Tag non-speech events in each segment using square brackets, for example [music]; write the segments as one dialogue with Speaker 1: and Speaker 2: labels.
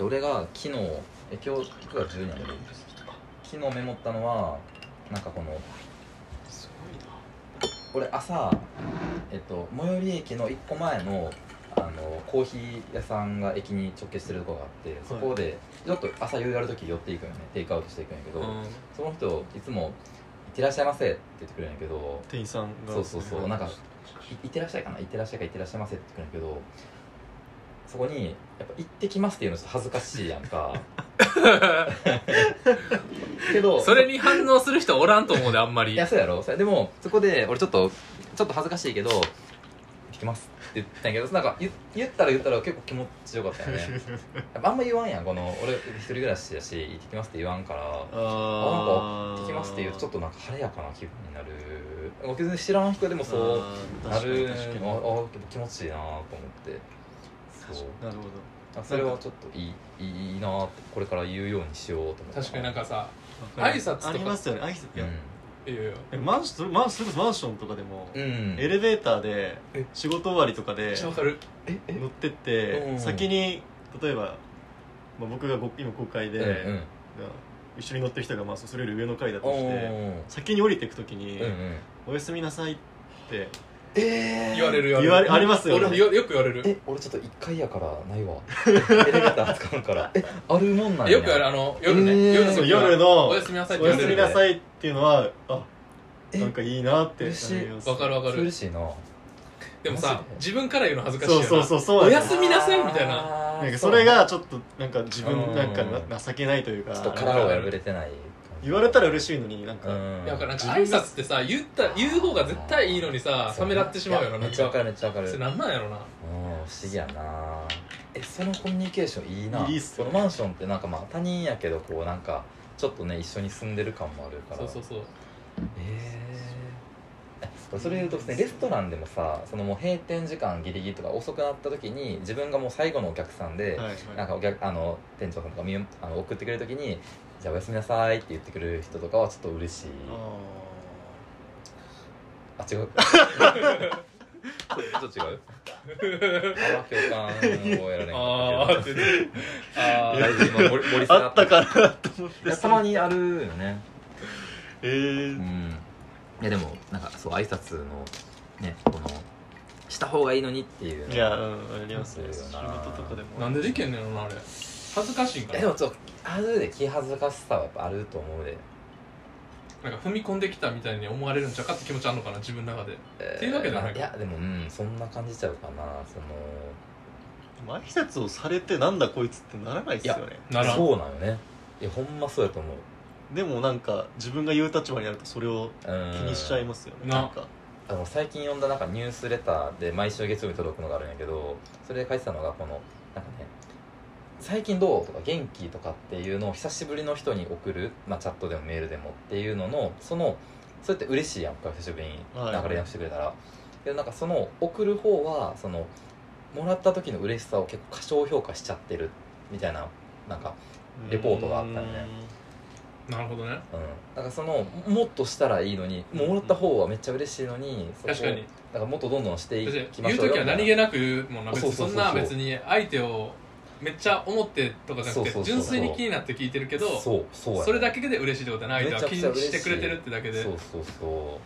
Speaker 1: 俺が昨日え今日9月12なんだけど昨日メモったのはなんかこの
Speaker 2: す
Speaker 1: 俺朝えっと最寄り駅の1個前のあのコーヒー屋さんが駅に直結してるとこがあってそこでちょっと朝余裕ある時寄っていくんよねテイクアウトしていくんやけど、
Speaker 2: ごいな、うん、
Speaker 1: その人いつも「いってらっしゃいませ」って言ってくれるんやけど
Speaker 2: 店員さんが
Speaker 1: そうそうそうなんかいいってらっしゃいかな、いってらっしゃいか、いってらっしゃいませって言ってくるんだけど、そこに、やっぱ行ってきますっていうのちょっと恥ずかしいやんか。けど、
Speaker 3: それに反応する人おらんと思うであんま
Speaker 1: [laughs] い
Speaker 3: り
Speaker 1: や、そうやろそれでも、そこで、俺ちょっと、ちょっと恥ずかしいけど、行ってきますって言ったんやけど、なんか言言ったら言ったら結構気持ちよかったよね。やっぱあんま言わんやん、この、俺一人暮らしやし、行ってきますって言わんから。あ
Speaker 2: あ
Speaker 1: 行ってきますって言うとちょっとなんか晴れやかな気分になる別に知らん人でもそうなる
Speaker 2: 確かに確か
Speaker 1: あ
Speaker 2: に
Speaker 1: あ気持ちいいなと思ってそう
Speaker 2: なるほど
Speaker 1: あそれはちょっといいいいいいなってこれから言うようにしようと思って
Speaker 3: 確かになんかさ
Speaker 2: わかる
Speaker 3: 挨拶とか
Speaker 2: ありますよね挨拶いや、
Speaker 3: いやいや
Speaker 2: えマンションマンションそれこそマンションとかでも、
Speaker 1: うん、うん、
Speaker 2: エレベーターで
Speaker 1: え
Speaker 2: 仕事終わりとか
Speaker 3: め
Speaker 2: で
Speaker 3: っちゃわかる
Speaker 1: ええ
Speaker 2: 乗ってって、
Speaker 1: うん
Speaker 2: 先に例えば、まあ、僕がご今公開で、
Speaker 1: うんうん
Speaker 2: 一緒に乗ってる人がまあそれより上の階だと
Speaker 1: お
Speaker 2: して
Speaker 1: ー
Speaker 2: 先に降りていくときに、
Speaker 1: うんうん
Speaker 2: おやすみなさい」って
Speaker 1: えー、
Speaker 3: 言われる
Speaker 2: 言われありますよね
Speaker 3: 俺もよよく言われる
Speaker 1: え俺ちょっと一回やからないわ [laughs] エレベーター使うからえあるもんなんや
Speaker 3: よくあるあの夜ね、
Speaker 1: えー
Speaker 3: 夜の
Speaker 2: そう
Speaker 3: 時は
Speaker 2: 夜の
Speaker 3: おやすみなさいっ
Speaker 2: お
Speaker 3: て
Speaker 2: や
Speaker 3: 言われ
Speaker 2: すみ
Speaker 3: る
Speaker 2: なさいっていうのはあ
Speaker 1: え
Speaker 2: なんかいいなってなります
Speaker 3: わかるわかる
Speaker 1: 嬉しいな
Speaker 3: でもさ
Speaker 1: マジ
Speaker 3: 自分から言うの恥ずかしいよ
Speaker 2: そう
Speaker 3: な
Speaker 2: そうそうそうなんです
Speaker 3: おやすみなさいみたい
Speaker 1: な
Speaker 2: なんかそれがちょっとなんか自分なんか
Speaker 1: うん
Speaker 2: な情けないというか
Speaker 1: ちょっと殻を破れてない
Speaker 2: 言われたら嬉しいのになんか、
Speaker 1: うん
Speaker 3: いやだからなんか挨拶ってさ言った言う方が絶対いいのにさためらってしまうよな
Speaker 1: めっちゃわかるめっちゃわかる
Speaker 3: それ
Speaker 1: うん不
Speaker 3: なんなんやろな
Speaker 1: 思議やなえそのコミュニケーションいいない
Speaker 2: いっす
Speaker 1: こ
Speaker 2: よ
Speaker 1: の
Speaker 2: ね
Speaker 1: マンションってなんかまあ他人やけどこうなんかちょっとね一緒に住んでる感もあるから
Speaker 3: そうそうそう
Speaker 1: えーそれで言うとですねレストランでもさそのもう閉店時間ギリギリとか遅くなった時に自分がもう最後のお客さんで、
Speaker 2: はいはい
Speaker 1: なんかお客あの店長さんとか見よあの送ってくれる時に「じゃあおやすみなさい」って言ってくれる人とかはちょっと嬉しい
Speaker 2: あ
Speaker 1: あ違うちょっと違うあ共感をやられん
Speaker 3: あ
Speaker 1: か
Speaker 3: ー
Speaker 1: っ
Speaker 3: った
Speaker 1: けど
Speaker 3: てね [laughs] あ
Speaker 1: あ
Speaker 3: ー
Speaker 1: ー今盛り盛り
Speaker 2: ー
Speaker 1: 下が
Speaker 2: あったかなと思っ
Speaker 1: い
Speaker 2: て
Speaker 1: やたまにあるよね
Speaker 2: え
Speaker 1: う
Speaker 2: ー、
Speaker 1: んいやでもなんかそう挨拶のねこのした方がいいのにっていう
Speaker 2: いやうんありますね
Speaker 1: そう
Speaker 2: 仕
Speaker 1: よ
Speaker 2: 事
Speaker 1: な
Speaker 2: とかでも
Speaker 3: なんでできんねんやろなあれ恥ずかしいん
Speaker 1: い
Speaker 3: か
Speaker 1: やで
Speaker 3: な
Speaker 1: もちょっとあるで気恥ずかしさはやっぱあると思うで
Speaker 3: なんか踏み込んできたみたいに思われるんちゃうかって気持ちあんのかな自分の中でっていうわけじゃない
Speaker 1: いやでもうんそんな感じちゃうかなその
Speaker 2: 挨拶をされてなんだこいつってならないですよね
Speaker 3: ならん
Speaker 1: そうなのねいやほんまそうやと思う
Speaker 2: でもなんか自分が言う立場になるとそれを
Speaker 1: 気
Speaker 2: 気にしちゃいますよね
Speaker 3: うん
Speaker 2: なんか
Speaker 1: あの最近読んだなんかニュースレターで毎週月曜日届くのがあるんやけどそれで書いてたのがこのなんかね「最近どう?」とか「元気?」とかっていうのを久しぶりの人に送る、まあ、チャットでもメールでもっていうののそのそれって嬉しいやんか久しぶりに
Speaker 2: はい
Speaker 1: なんか連絡してくれたら、けどなんかその送る方はそのもらった時の嬉しさを結構過小評価しちゃってるみたいななんかレポートがあったんでね
Speaker 3: なるほどね
Speaker 1: うんなんかそのもっとしたらいいのにもうもらった方はめっちゃ嬉しいのにそこを
Speaker 3: 確かに
Speaker 1: だからもっとどんどんしてい
Speaker 3: 別に
Speaker 1: きま
Speaker 3: 言
Speaker 1: し
Speaker 3: う
Speaker 1: ょうよ
Speaker 3: 時は何気なく言うもんな別
Speaker 1: そう
Speaker 3: に
Speaker 1: そそう
Speaker 3: そう
Speaker 1: んそう
Speaker 3: な別に相手をめっちゃ思ってとかじゃなく
Speaker 1: そうそうそう
Speaker 3: て純粋に気になって聞いてるけど
Speaker 1: そうそうやね
Speaker 3: それだけで嬉しいってことはない相手は気にしてくれてるってだけで
Speaker 1: そうそうそ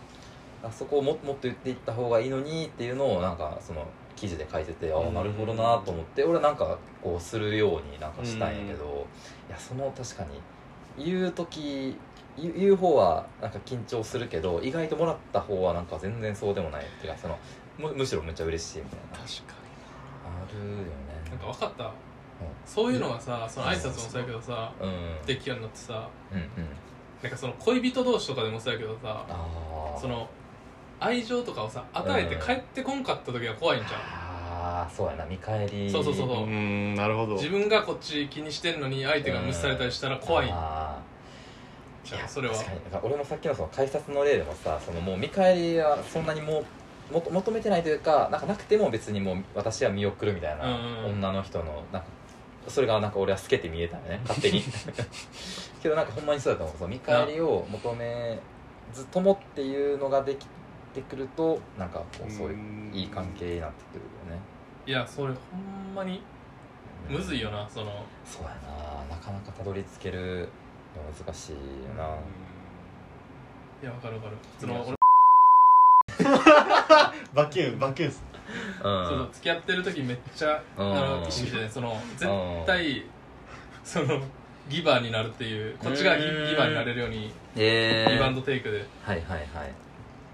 Speaker 1: うあそこをももっと言っていった方がいいのにっていうのをなんかその記事で書いててああ
Speaker 2: うん
Speaker 1: なるほどなと思って俺なんかこうするようになんかしたんやけどいやその確かに言う時言う言う方はなんか緊張するけど意外ともらった方はなんか全然そうでもないっていうかそのむむしろめっちゃ嬉しいみたいな
Speaker 2: 確か
Speaker 1: あるよね
Speaker 3: なんか分かったそういうのはさその挨拶もそうやけどさ
Speaker 1: うんうん
Speaker 3: できるようになってさ
Speaker 1: うん
Speaker 3: なんかその恋人同士とかでもそうやけどさ
Speaker 1: ああ
Speaker 3: その愛情とかをさ与えて帰ってこんかった時が怖いんじゃん
Speaker 1: ああそうやな見返り
Speaker 3: そうそうそうそ
Speaker 2: に
Speaker 3: う
Speaker 2: うんなるほど
Speaker 3: 自分がこっち気にしてんのに相手が無視されたりしたら怖いん
Speaker 1: あ
Speaker 3: じ
Speaker 1: ーい
Speaker 3: ゃ
Speaker 1: や
Speaker 3: んそれは
Speaker 1: 確かにだから俺もさっきのその改札の例でもさそのもう見返りはそんなにもうもと求めてないというかなんかなくても別にもう私は見送るみたいな、
Speaker 3: うんうん
Speaker 1: 女の人のなんかそれがなんか俺は透けて見えた
Speaker 3: [laughs]
Speaker 1: よね勝手に [laughs] けどなんかほんまにそうだと思うその見返りを求めずともっていうのができてくるとなんかこうそういういい関係になってくるよね
Speaker 3: いやそれほんまに
Speaker 1: うん
Speaker 3: むずいよなその
Speaker 1: そうやななかなかたどり着けるの難しいよな、
Speaker 3: いやわかるわかるその
Speaker 1: いや
Speaker 3: 俺
Speaker 2: バキュンバキュンっす
Speaker 1: うん
Speaker 3: そうそう付き合ってる時めっちゃあ
Speaker 1: うん
Speaker 3: の意識してねその絶対そのギバーになるっていうこっちがギギ
Speaker 1: うん
Speaker 3: バーになれるように
Speaker 1: えー、
Speaker 3: リバウンドテイクで
Speaker 1: はいはいはい、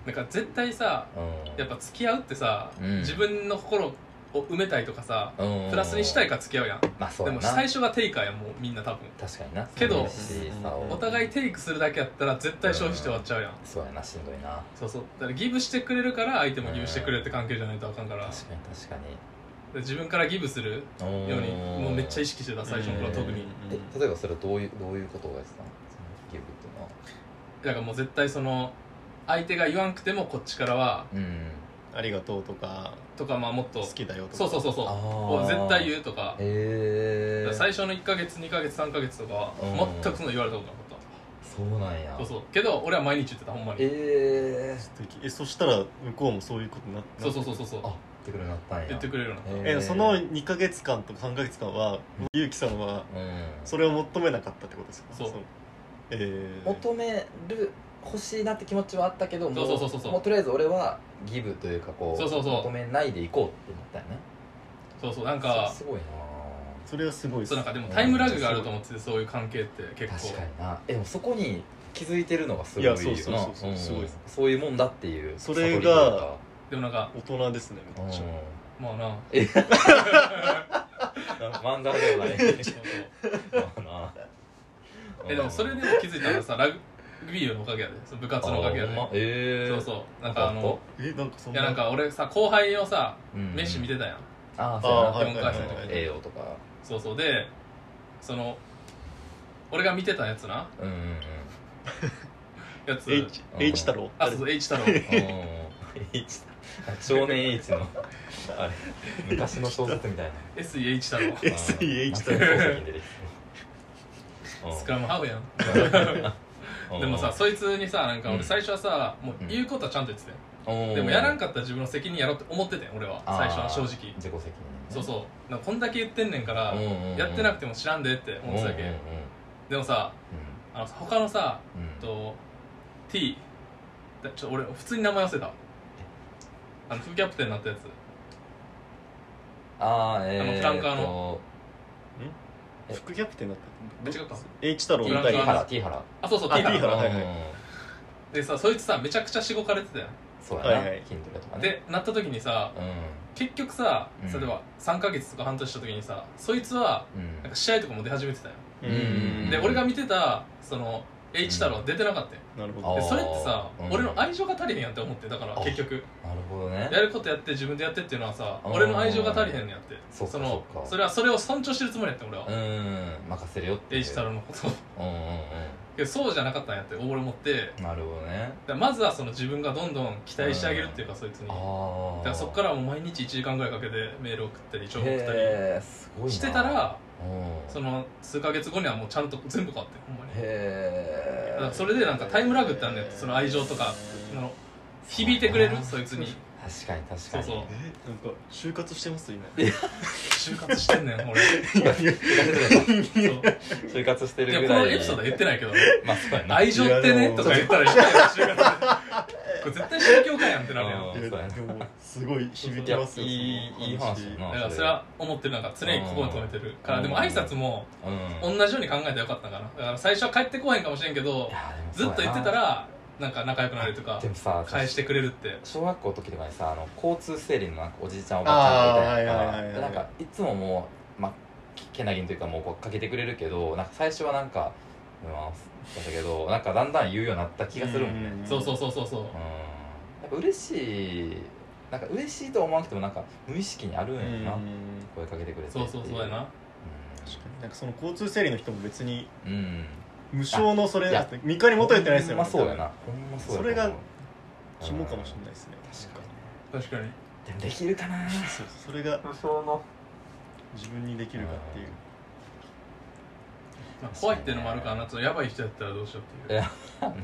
Speaker 3: なんか絶対さ
Speaker 1: うん、
Speaker 3: やっぱ付き合うってさ
Speaker 1: うん
Speaker 3: 自分の心を埋めたいとかさ
Speaker 1: うん
Speaker 3: プラスにしたいから付き合うやん
Speaker 1: まあそう
Speaker 3: で
Speaker 1: やな
Speaker 3: も最初がテイカーやんもうみんな多分
Speaker 1: 確かにな
Speaker 3: けど
Speaker 1: 寂しさ
Speaker 2: うん
Speaker 1: を
Speaker 3: お互いテイクするだけやったら絶対消費して終わっちゃうやん
Speaker 1: そうやなしんどいな
Speaker 3: そうそうだからギブしてくれるから相手もギブしてくれるって関係じゃないとあかんから
Speaker 1: 確かに確か
Speaker 3: で自分からギブする
Speaker 1: に
Speaker 3: ようにもうめっちゃ意
Speaker 1: 識
Speaker 3: 識してた最初の頃は特に
Speaker 1: え例えばそれはどういうどういうことをやってたのそのギブっていうのは
Speaker 3: だからもう絶対その相手が言わんくてもこっちからは
Speaker 1: うん
Speaker 2: ありがとうとか
Speaker 3: とかまあもっと
Speaker 2: 好きだよとか
Speaker 3: そうそうそうそう
Speaker 1: あー
Speaker 3: を絶対言うとか
Speaker 1: へえー、
Speaker 3: 最初の1ヶ月2ヶ月3ヶ月とかは
Speaker 1: うん
Speaker 3: 全くその言われたことなかっ
Speaker 1: そうなんや
Speaker 3: たそうそうけど俺は毎日言ってたほんまに
Speaker 1: えー、
Speaker 2: 素敵えそしたら向こうもそういうことになって
Speaker 3: そうそうそうそうそう
Speaker 1: あ言ってくれるようになったんや
Speaker 3: 言ってくれるようになっ
Speaker 1: え
Speaker 2: えそ
Speaker 1: う
Speaker 2: の
Speaker 1: ん
Speaker 2: 2ヶ月間とか3ヶ月間はゆうきさんはそれを求めなかったってことですか
Speaker 3: そう
Speaker 2: のえー、
Speaker 1: 求める欲しいなって気持ちはあったけども
Speaker 3: そうそうそうそう
Speaker 1: もうとりあえず俺はギブというかこう
Speaker 3: そうそうそう
Speaker 1: 求めないでいこうってなったよね
Speaker 3: たそうそうなんか
Speaker 1: それすごいな
Speaker 2: それはすごいっす
Speaker 3: そうなんかでもタイムラグがあると思っててそういう関係って結構
Speaker 1: 確かになえでもそこに気づいてるのがすごい
Speaker 2: い
Speaker 1: よ
Speaker 2: や
Speaker 1: な
Speaker 2: そうそうそうそうんすごいです
Speaker 1: そういうもんだっていう
Speaker 2: それ
Speaker 1: 悟り
Speaker 2: が
Speaker 1: というか
Speaker 3: でもなんか
Speaker 2: 大人ですねめっちゃ
Speaker 1: う
Speaker 3: まあな
Speaker 1: ん漫画ではない
Speaker 3: そうそう
Speaker 1: まあな
Speaker 3: [laughs] えでもそれでも気づいたのはさラグビーのおかげやでその部活のおかげや
Speaker 1: あほ
Speaker 3: で
Speaker 1: んまええ
Speaker 3: そうそうなんかあの
Speaker 2: えなんかそん
Speaker 3: い
Speaker 2: な
Speaker 3: やなんか俺さ後輩をさ
Speaker 1: うん
Speaker 3: メッシ見てたやん
Speaker 1: ああ
Speaker 2: あ
Speaker 1: そう
Speaker 2: はい
Speaker 1: や
Speaker 2: はい
Speaker 1: な
Speaker 2: はい
Speaker 1: でも
Speaker 2: はい
Speaker 1: 栄養とか
Speaker 3: そうそうでその俺が見てたやつな
Speaker 1: うんうんうん
Speaker 3: やつ
Speaker 2: H, H 太郎
Speaker 3: あそうそう、H 太
Speaker 1: [laughs]
Speaker 3: 郎。
Speaker 1: うん H 少年 H のあれ昔の小説みたいな
Speaker 3: SEH 太郎。
Speaker 2: え SEH
Speaker 1: だ
Speaker 3: スクラムハーフやん。でもさ、そいつにさ、なんか
Speaker 1: うん
Speaker 3: 俺最初はさ、もう
Speaker 1: うん
Speaker 3: 言うことはちゃんと言ってたよ。で
Speaker 1: で
Speaker 3: もやらん
Speaker 1: か
Speaker 3: かったら自分の責任やろうって思ってたよ、俺は。最初は正直。
Speaker 1: 自己責任ね
Speaker 3: そうそう。なんかこんだけ言ってんねんから、やってなくても知らんでって思ってただ
Speaker 1: うん
Speaker 3: け。でもさ、あの他のさ、
Speaker 1: うんうんうん
Speaker 3: えっと、T、だちょ俺、普通に名前忘れた。あの、副キャプテンになったやつ。
Speaker 1: ああえー
Speaker 3: あのフランカーの
Speaker 1: え
Speaker 2: 副キャプテンだった
Speaker 3: え違った
Speaker 2: H 太郎みた
Speaker 1: ティ
Speaker 2: い
Speaker 1: ー
Speaker 3: フ
Speaker 1: ハ
Speaker 3: ラ
Speaker 1: ラ
Speaker 3: ン
Speaker 2: な
Speaker 1: ティーハラ
Speaker 3: あ、そうそう、
Speaker 2: あ
Speaker 3: T だ
Speaker 2: T だはいはい
Speaker 1: うん
Speaker 3: でさ、そいつさ、めちゃくちゃしごかれてたよ。
Speaker 1: そうやな
Speaker 2: はいはい
Speaker 1: 筋トレとかね
Speaker 3: で、なった時にさ、
Speaker 1: う
Speaker 3: 結局さ
Speaker 1: うん
Speaker 3: 例えば3ヶ月とか半年した時にさそいつは
Speaker 1: んうん
Speaker 3: なんか試合とかも出始めてたよ
Speaker 1: うんうん
Speaker 3: で
Speaker 1: うん
Speaker 3: 俺が見てたその H 太郎は出てなかったよ
Speaker 2: なるほ
Speaker 1: あ
Speaker 3: で
Speaker 1: ー
Speaker 2: ど
Speaker 3: それってさ
Speaker 1: うん
Speaker 3: 俺の愛情が足りへんやんって思ってだから
Speaker 1: あ
Speaker 3: 結局
Speaker 1: なるほどね
Speaker 3: やることやって自分でやってっていうのはさ
Speaker 1: うん
Speaker 3: 俺の愛情が足りへんねやって
Speaker 1: そっか
Speaker 3: の
Speaker 1: そっか
Speaker 3: それはそれを尊重してるつもりやって俺は
Speaker 1: うん任せるよっていう
Speaker 3: H 太郎のことを
Speaker 1: うんうん
Speaker 3: けどそうじゃなかったんやって俺思ってだか
Speaker 1: うんなるほどね
Speaker 3: らまずはその自分がどんどん期待してあげるっていうかそいつにだか
Speaker 1: ああ
Speaker 3: らそっからはもう毎日1時間ぐらいかけてメール送ったり情報送ったり
Speaker 1: へえすごいな
Speaker 3: してたら
Speaker 1: うん
Speaker 3: その数ヶ月後にはもうちゃんと全部変わってほんまに
Speaker 1: へ
Speaker 3: だ
Speaker 1: え
Speaker 3: からそれでなんかタイムラグってあんねんその愛情とかあの響いてくれるそいつに
Speaker 1: 確かに確かに
Speaker 3: そうそう
Speaker 2: えなんか就活してます今
Speaker 3: 就活して
Speaker 1: [laughs]
Speaker 3: んねん俺そう
Speaker 1: 就活して
Speaker 3: い
Speaker 1: る
Speaker 3: や
Speaker 1: ぐ
Speaker 3: こ
Speaker 1: らい
Speaker 3: のエピソードは言ってないけど
Speaker 1: まあそうやな
Speaker 3: 愛情ってねとか言ったら言った
Speaker 1: [laughs]
Speaker 3: よ就活でこれ絶対宗教家やんってなるやん
Speaker 1: うん
Speaker 3: だ
Speaker 1: そう
Speaker 2: いや
Speaker 1: やな
Speaker 2: でもすごい響
Speaker 1: い
Speaker 2: き
Speaker 1: や
Speaker 2: ますよ
Speaker 1: いいいい話やな
Speaker 3: からそれは思ってるなんか常にここに止めてるから
Speaker 1: うん
Speaker 3: でも挨拶も
Speaker 1: うん
Speaker 3: 同じように考えたらよかったんかなだから最初は帰ってこへんかもしれんけど
Speaker 1: いやでもそ
Speaker 3: ずっ
Speaker 1: うやな
Speaker 3: と言ってたらなんか仲良くなれるとか
Speaker 1: でもさ
Speaker 3: 返してくれるって
Speaker 1: 小学校の時とかにさあの交通整理のなんかおじいちゃんおばあちゃんみたいなの
Speaker 2: あーはいは
Speaker 1: が
Speaker 2: いはいはい
Speaker 1: でなんかいつももうまあけけなぎんというかもうこうかけてくれるけどなんか最初はなんか「うんあそうだけどなんかだんだん言うようになった気がするもんねうん
Speaker 3: そうそうそうそうそう
Speaker 1: やっぱ嬉しいなんか嬉しいとは思わなくてもなんか無意識にあるん
Speaker 2: う
Speaker 1: や
Speaker 2: ん
Speaker 1: ろ
Speaker 2: うん
Speaker 1: な声かけてくれて
Speaker 3: そうそうそうやな
Speaker 2: 確かになんかその交通整理の人も別に
Speaker 1: うん、うん、
Speaker 2: 無償のそれ
Speaker 1: いや
Speaker 2: 三日に元やってないですよ
Speaker 1: ほんまそうやなほんまそうやと思う
Speaker 2: それが肝かもしれないですね
Speaker 1: 確かに
Speaker 3: 確かに
Speaker 1: でもできるかな
Speaker 2: そうそれが
Speaker 1: 無償の
Speaker 2: 自分にできるかっていう
Speaker 3: まあ怖いっていうのもあるからなちょっとやばい人やったらどうしようって
Speaker 1: い
Speaker 3: いう
Speaker 1: やね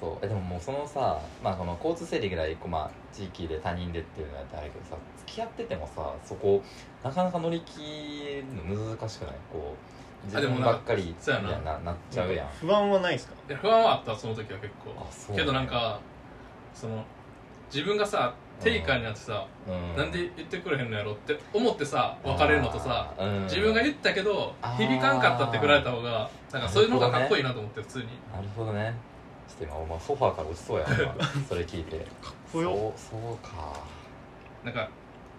Speaker 1: そうえでももうそのさ、まあ、この交通整理ぐらいこう、まあ、地域で他人でっていうのやってあれだけどさ付き合っててもさそこなかなか乗り切るの難しくないこう自
Speaker 3: あでも
Speaker 1: 分
Speaker 3: なんか
Speaker 1: ばっかり
Speaker 3: そうやな
Speaker 1: みたいななっちゃうやんあ
Speaker 2: 不安はないですか
Speaker 3: いや不安はあったその時は結構
Speaker 1: そう
Speaker 3: けどなんかその自分がさテイカーになってさ、
Speaker 1: うん
Speaker 3: なんで言ってくれへんのやろって思ってさ別れるのとさ、
Speaker 1: あーうん
Speaker 3: 自分が言ったけど
Speaker 1: あー
Speaker 3: 響かんかったって振られた方がなんかそういうのがかっこいいなと思って普通に、
Speaker 1: なるほどねちょっと今お前ソファーから落ちそうやん今
Speaker 3: [laughs]
Speaker 1: それ聞いて
Speaker 2: かっ
Speaker 1: そ
Speaker 2: こ
Speaker 1: う
Speaker 2: よ
Speaker 1: そうか
Speaker 3: なんか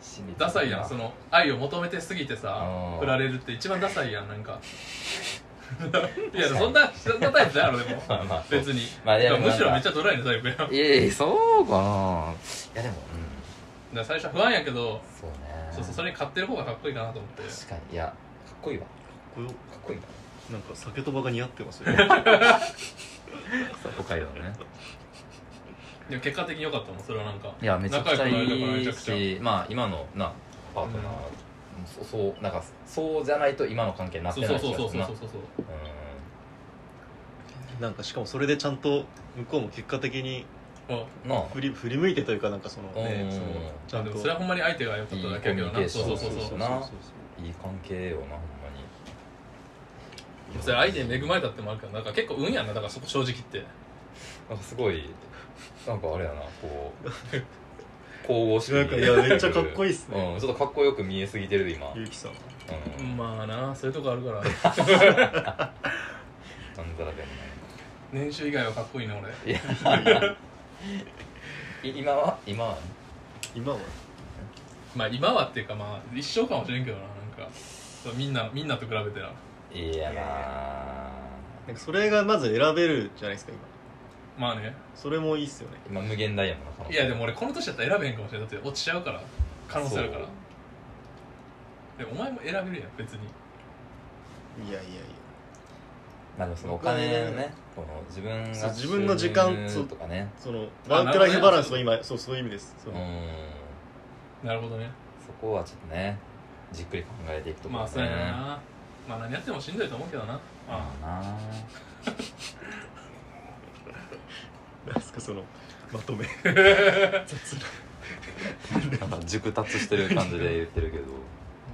Speaker 1: しみつ
Speaker 3: ダサいやんその愛を求めてすぎて
Speaker 1: う
Speaker 3: さ
Speaker 1: ん
Speaker 3: 振られるって一番ダサいやんなん
Speaker 1: [laughs]
Speaker 3: かいやそんなそんなタイプじゃんろでも
Speaker 1: まあまあそう
Speaker 3: 別に、
Speaker 1: まあでもなんか
Speaker 3: むしろめっちゃドライなタイプやんだか
Speaker 1: いやいやそうかないやでもう
Speaker 3: ら最初は不安やけど
Speaker 1: んそうね
Speaker 3: そうそうそれに買ってる方がかっこいいかなと思って
Speaker 1: 確かにいやかっこいいわか
Speaker 2: こよ
Speaker 1: っこいいな
Speaker 2: なんか酒とばが似合ってますよあ
Speaker 1: 北海道のね
Speaker 3: でも結果的に良かったもんそれはなんか
Speaker 1: いやめちゃくちゃ
Speaker 3: 仲良くなれ
Speaker 1: い
Speaker 3: た
Speaker 1: い
Speaker 3: からめ
Speaker 1: しまあ今のなパートナー、
Speaker 3: うん
Speaker 1: そそうなんかそうじゃないと今の関係になって
Speaker 3: そう
Speaker 1: ない
Speaker 3: そう
Speaker 1: 気
Speaker 3: そう
Speaker 1: が
Speaker 3: そう
Speaker 1: す
Speaker 3: そ
Speaker 1: る
Speaker 3: う
Speaker 1: な
Speaker 3: そうそ
Speaker 2: [laughs]
Speaker 3: う
Speaker 2: なんかしかもそれでちゃんと向こうも結果的に
Speaker 3: あ
Speaker 1: うんなあ
Speaker 2: 振り振り向いてというかなんかそのね
Speaker 1: うん
Speaker 2: そのちゃん
Speaker 3: で
Speaker 2: と
Speaker 3: もそれはほんまに相手が良かっただけやけど
Speaker 1: いいコミュニケー
Speaker 3: な
Speaker 1: シ
Speaker 3: そ
Speaker 1: ョ
Speaker 3: う
Speaker 1: ン
Speaker 3: そうそうそ
Speaker 1: そう
Speaker 3: うそ
Speaker 1: なはいい関係よなほんまに
Speaker 3: れ相手に恵まれたってもあるけどなんか結構運やんなだからそこ正直って
Speaker 1: [laughs] なんかすごいなんかあれやなこ
Speaker 3: [laughs]
Speaker 1: う神々しく
Speaker 2: なんかいやめっちゃかっこいいっすね、
Speaker 1: うん、ちょっとかっこよく見えすぎてる今、うん、
Speaker 2: ゆうきさん
Speaker 3: まあなそういうとこあるか
Speaker 1: な
Speaker 3: ら
Speaker 1: んざらでも
Speaker 3: 年収以外はかっこいいな俺 [laughs]
Speaker 1: ないいやい今は今は
Speaker 2: 今は
Speaker 3: まあ今はっていうかまあ一生かもしれんけどななんかそうみんなみんなと比べてない
Speaker 1: やな
Speaker 2: なんかそれがまず選べるじゃないですか今
Speaker 3: まあね
Speaker 2: それもいいっすよね
Speaker 1: 今無限ダイヤモンドの可能
Speaker 3: い
Speaker 1: 性
Speaker 3: やでも俺この年だったら選べへんかもしれんだって落ちちゃうから可能性あるから
Speaker 1: そう
Speaker 3: でもお前も選べるやん別に
Speaker 2: いやいやいや
Speaker 1: まあでもそのお金のねこの自分
Speaker 2: そ
Speaker 1: が
Speaker 2: う自分の時間
Speaker 1: 収入とかね
Speaker 2: その
Speaker 3: あ
Speaker 2: ワークライフバランスの
Speaker 3: なる
Speaker 2: 今そうそういう意味ですそうの、
Speaker 1: ん
Speaker 3: なるほどね
Speaker 1: そこはちょっとねじっくり考えていくとこ
Speaker 3: まあ
Speaker 1: ろ
Speaker 3: そうやなまあ何やってもしんどいと思うけどなまあ
Speaker 1: まあな
Speaker 2: なんすかそのまとめ
Speaker 1: なんか熟達してる感じで言ってるけど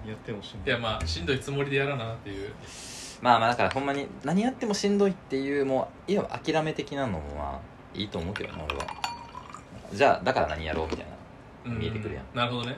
Speaker 2: やってもしん
Speaker 3: いやまあしんどいつもりでやらなっていう
Speaker 1: まあまあだからほんまに何やってもしんどいっていうもういわば諦め的なのもまあいいと思うけどな俺はじゃあだから何やろうみたいな
Speaker 3: うん
Speaker 1: 見えてくるやん
Speaker 3: なるほどね